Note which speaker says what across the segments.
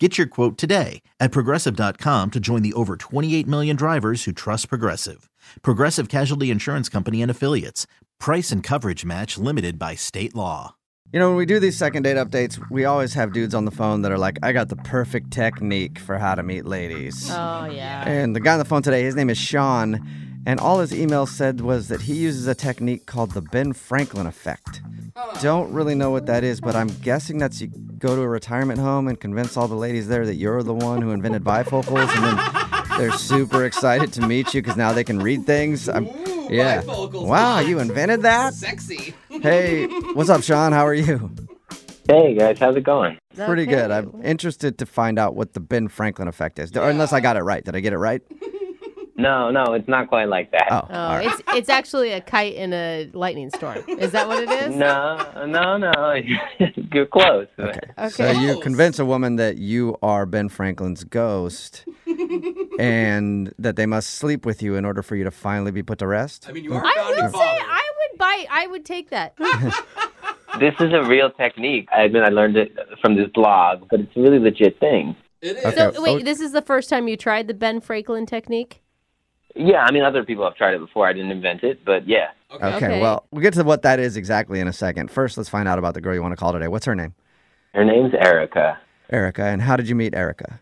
Speaker 1: Get your quote today at progressive.com to join the over 28 million drivers who trust Progressive. Progressive Casualty Insurance Company and Affiliates. Price and coverage match limited by state law.
Speaker 2: You know, when we do these second date updates, we always have dudes on the phone that are like, I got the perfect technique for how to meet ladies.
Speaker 3: Oh yeah.
Speaker 2: And the guy on the phone today, his name is Sean, and all his email said was that he uses a technique called the Ben Franklin effect.
Speaker 4: Oh.
Speaker 2: Don't really know what that is, but I'm guessing that's you go to a retirement home and convince all the ladies there that you're the one who invented bifocals, and then they're super excited to meet you because now they can read things. I'm,
Speaker 4: Ooh,
Speaker 2: yeah.
Speaker 4: bifocals.
Speaker 2: Wow, you invented that?
Speaker 4: Sexy.
Speaker 2: Hey, what's up, Sean? How are you?
Speaker 5: Hey guys, how's it going?
Speaker 2: Pretty good.
Speaker 3: Okay.
Speaker 2: I'm interested to find out what the Ben Franklin effect is. Or Unless I got it right. Did I get it right?
Speaker 5: No, no, it's not quite like that.
Speaker 2: Oh,
Speaker 3: Oh, it's it's actually a kite in a lightning storm. Is that what it is?
Speaker 5: No, no, no. You're close.
Speaker 3: Okay.
Speaker 2: So you convince a woman that you are Ben Franklin's ghost and that they must sleep with you in order for you to finally be put to rest? Mm.
Speaker 4: I mean, you are
Speaker 3: I
Speaker 4: founding
Speaker 3: will say
Speaker 4: father.
Speaker 3: I would buy. I would take that.
Speaker 5: This is a real technique. I admit I learned it from this blog, but it's a really legit thing.
Speaker 4: It is.
Speaker 2: Okay.
Speaker 3: So wait, this is the first time you tried the Ben Franklin technique.
Speaker 5: Yeah, I mean, other people have tried it before. I didn't invent it, but yeah.
Speaker 2: Okay,
Speaker 3: Okay.
Speaker 2: well, we'll get to what that is exactly in a second. First, let's find out about the girl you want to call today. What's her name?
Speaker 5: Her name's Erica.
Speaker 2: Erica. And how did you meet Erica?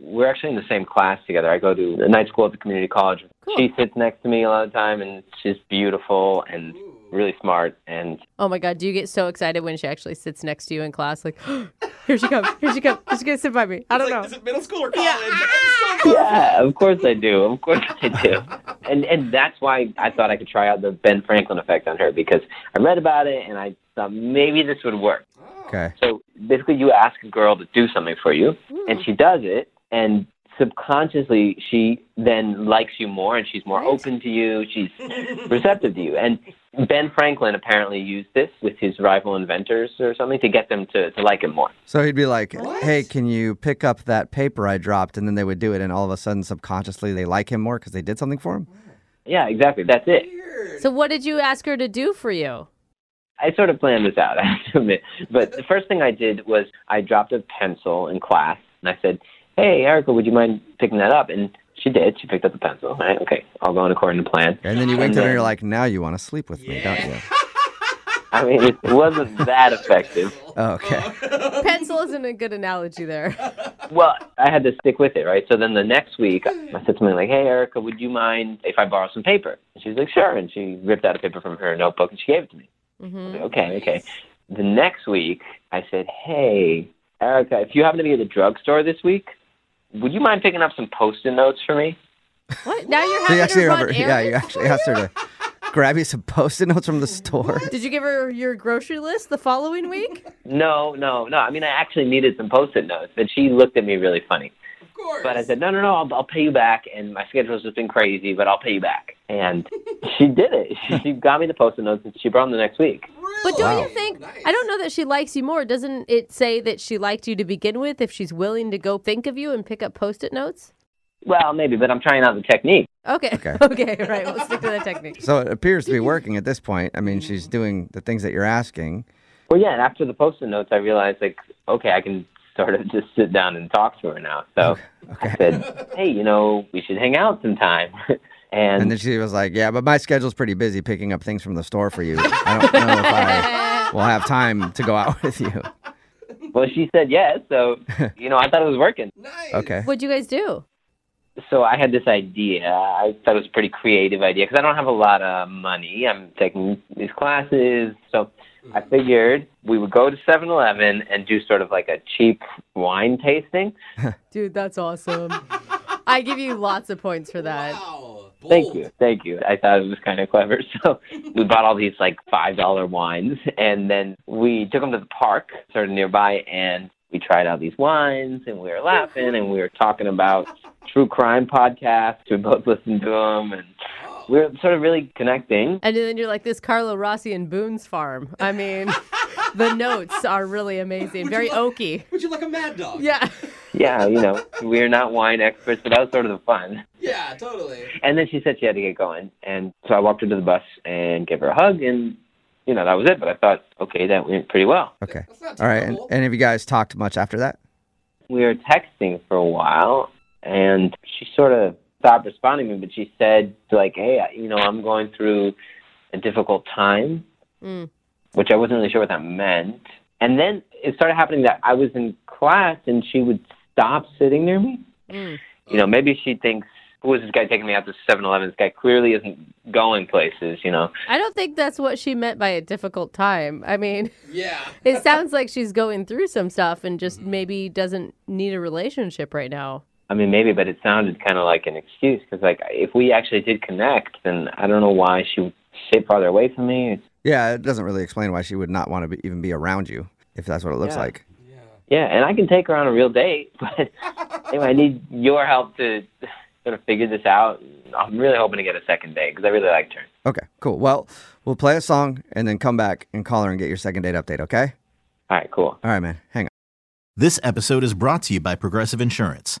Speaker 5: We're actually in the same class together. I go to the night school at the community college.
Speaker 3: Cool.
Speaker 5: She sits next to me a lot of the time, and she's beautiful and really smart. And
Speaker 3: Oh my God! Do you get so excited when she actually sits next to you in class? Like, here she comes. Here she comes. She's gonna sit by me. I don't
Speaker 4: Like,
Speaker 3: know.
Speaker 4: Is it middle school or college?
Speaker 3: Ah!
Speaker 4: I'm so
Speaker 5: yeah, of course I do. Of course I do. And and that's why I thought I could try out the Ben Franklin effect on her because I read about it and I thought maybe this would work.
Speaker 2: Okay.
Speaker 5: So basically, you ask a girl to do something for you, and she does it, and subconsciously she then likes you more, and she's more open to you. She's receptive to you. And Ben Franklin apparently used this with his rival inventors or something to get them to, to like him more.
Speaker 2: So he'd be like, "Hey, can you pick up that paper I dropped?" And then they would do it, and all of a sudden, subconsciously, they like him more because they did something for him.
Speaker 5: Yeah, exactly. That's it.
Speaker 3: So what did you ask her to do for you?
Speaker 5: I sort of planned this out, I have to admit. But the first thing I did was I dropped a pencil in class and I said, Hey, Erica, would you mind picking that up? And she did. She picked up the pencil. All right, okay, all going according to plan.
Speaker 2: And then you winked at her, and
Speaker 5: then-
Speaker 2: you're like, "Now you want to sleep with me, don't you?"
Speaker 5: I mean, it wasn't that effective.
Speaker 2: Oh, okay.
Speaker 3: Pencil isn't a good analogy there.
Speaker 5: Well, I had to stick with it, right? So then the next week, I said something like, Hey, Erica, would you mind if I borrow some paper? And she was like, Sure. And she ripped out a paper from her notebook and she gave it to me. I was like, okay, okay. The next week, I said, Hey, Erica, if you happen to be at the drugstore this week, would you mind picking up some post it notes for me?
Speaker 3: What? Now you're
Speaker 2: So you
Speaker 3: having
Speaker 2: actually,
Speaker 3: her run
Speaker 2: remember, yeah,
Speaker 3: errands?
Speaker 2: you actually asked her to grab you some post-it notes from the store.
Speaker 3: Did you give her your grocery list the following week?
Speaker 5: No, no, no. I mean, I actually needed some post-it notes, and she looked at me really funny.
Speaker 4: Of course.
Speaker 5: But I said, no, no, no, I'll, I'll pay you back. And my schedule's just been crazy, but I'll pay you back. And she did it. She, she got me the post-it notes, and she brought them the next week.
Speaker 3: But don't you
Speaker 2: Wow.
Speaker 3: think? I don't know that she likes you more. Doesn't it say that she liked you to begin with if she's willing to go think of you and pick up post it notes?
Speaker 5: Well, maybe, but I'm trying out the technique.
Speaker 3: Okay.
Speaker 2: Okay.
Speaker 3: Okay. right. We'll stick to that technique.
Speaker 2: So it appears to be working at this point. I mean, she's doing the things that you're asking.
Speaker 5: Well, yeah, and after the post-it notes, I realized, like, okay, I can sort of just sit down and talk to her now. So I said, hey, you know, we should hang out sometime. and
Speaker 2: And then she was like, "Yeah, but my schedule's pretty busy picking up things from the store for you. I don't know if I will have time to go out with you."
Speaker 5: well, she said yes. So, you know, I thought it was working.
Speaker 4: Nice.
Speaker 2: Okay.
Speaker 3: What'd you guys do?
Speaker 5: So I had this idea. I thought it was a pretty creative idea because I don't have a lot of money. I'm taking these classes. So I figured we would go to 7 Eleven and do sort of like a cheap wine tasting.
Speaker 3: Dude, that's awesome. I give you lots of points for that.
Speaker 4: Wow. Bold.
Speaker 5: Thank you, thank you. I thought it was kind of clever. So we bought all these like five dollar wines, and then we took them to the park, sort of nearby, and we tried out these wines, and we were laughing, and we were talking about true crime podcasts. We both listened to them, and we were sort of really connecting.
Speaker 3: And then you're like this Carlo Rossi and Boone's Farm. I mean, the notes are really amazing,
Speaker 4: Would
Speaker 3: very
Speaker 4: you like-
Speaker 3: oaky.
Speaker 4: Would you like a mad dog?
Speaker 3: Yeah.
Speaker 5: Yeah, you know, we're not wine experts, but that was sort of the fun.
Speaker 4: Yeah, totally.
Speaker 5: And then she said she had to get going. And so I walked her to the bus and gave her a hug. And, you know, that was it. But I thought, okay, that went pretty well.
Speaker 2: Okay.
Speaker 4: That's not
Speaker 2: All right. And,
Speaker 4: terrible.
Speaker 2: and have you guys talked much after that?
Speaker 5: We were texting for a while. And she sort of stopped responding to me, but she said, like, hey, you know, I'm going through a difficult time,
Speaker 3: Mm.
Speaker 5: which I wasn't really sure what that meant. And then it started happening that I was in class and she would stop sitting near me.
Speaker 3: Mm.
Speaker 5: you know, maybe she thinks, who is this guy taking me out to 7 Eleven? This guy clearly isn't going places, you know.
Speaker 3: I don't think that's what she meant by a difficult time. I mean,
Speaker 4: Yeah.
Speaker 3: it sounds like she's going through some stuff and just maybe doesn't need a relationship right now.
Speaker 5: I mean, maybe, but it sounded kind of like an excuse because, like, if we actually did connect, then I don't know why she would sit farther away from me.
Speaker 2: Yeah, it doesn't really explain why she would not want to be, even be around you if that's what it looks
Speaker 5: Yeah.
Speaker 2: like.
Speaker 4: Yeah.
Speaker 5: Yeah, and I can take her on a real date, but anyway, I need your help to sort of figure this out. I'm really hoping to get a second date because I really liked her.
Speaker 2: Okay, cool. Well, we'll play a song and then come back and call her and get your second date update, okay?
Speaker 5: All right, cool.
Speaker 2: All right, man. Hang on.
Speaker 1: This episode is brought to you by Progressive Insurance.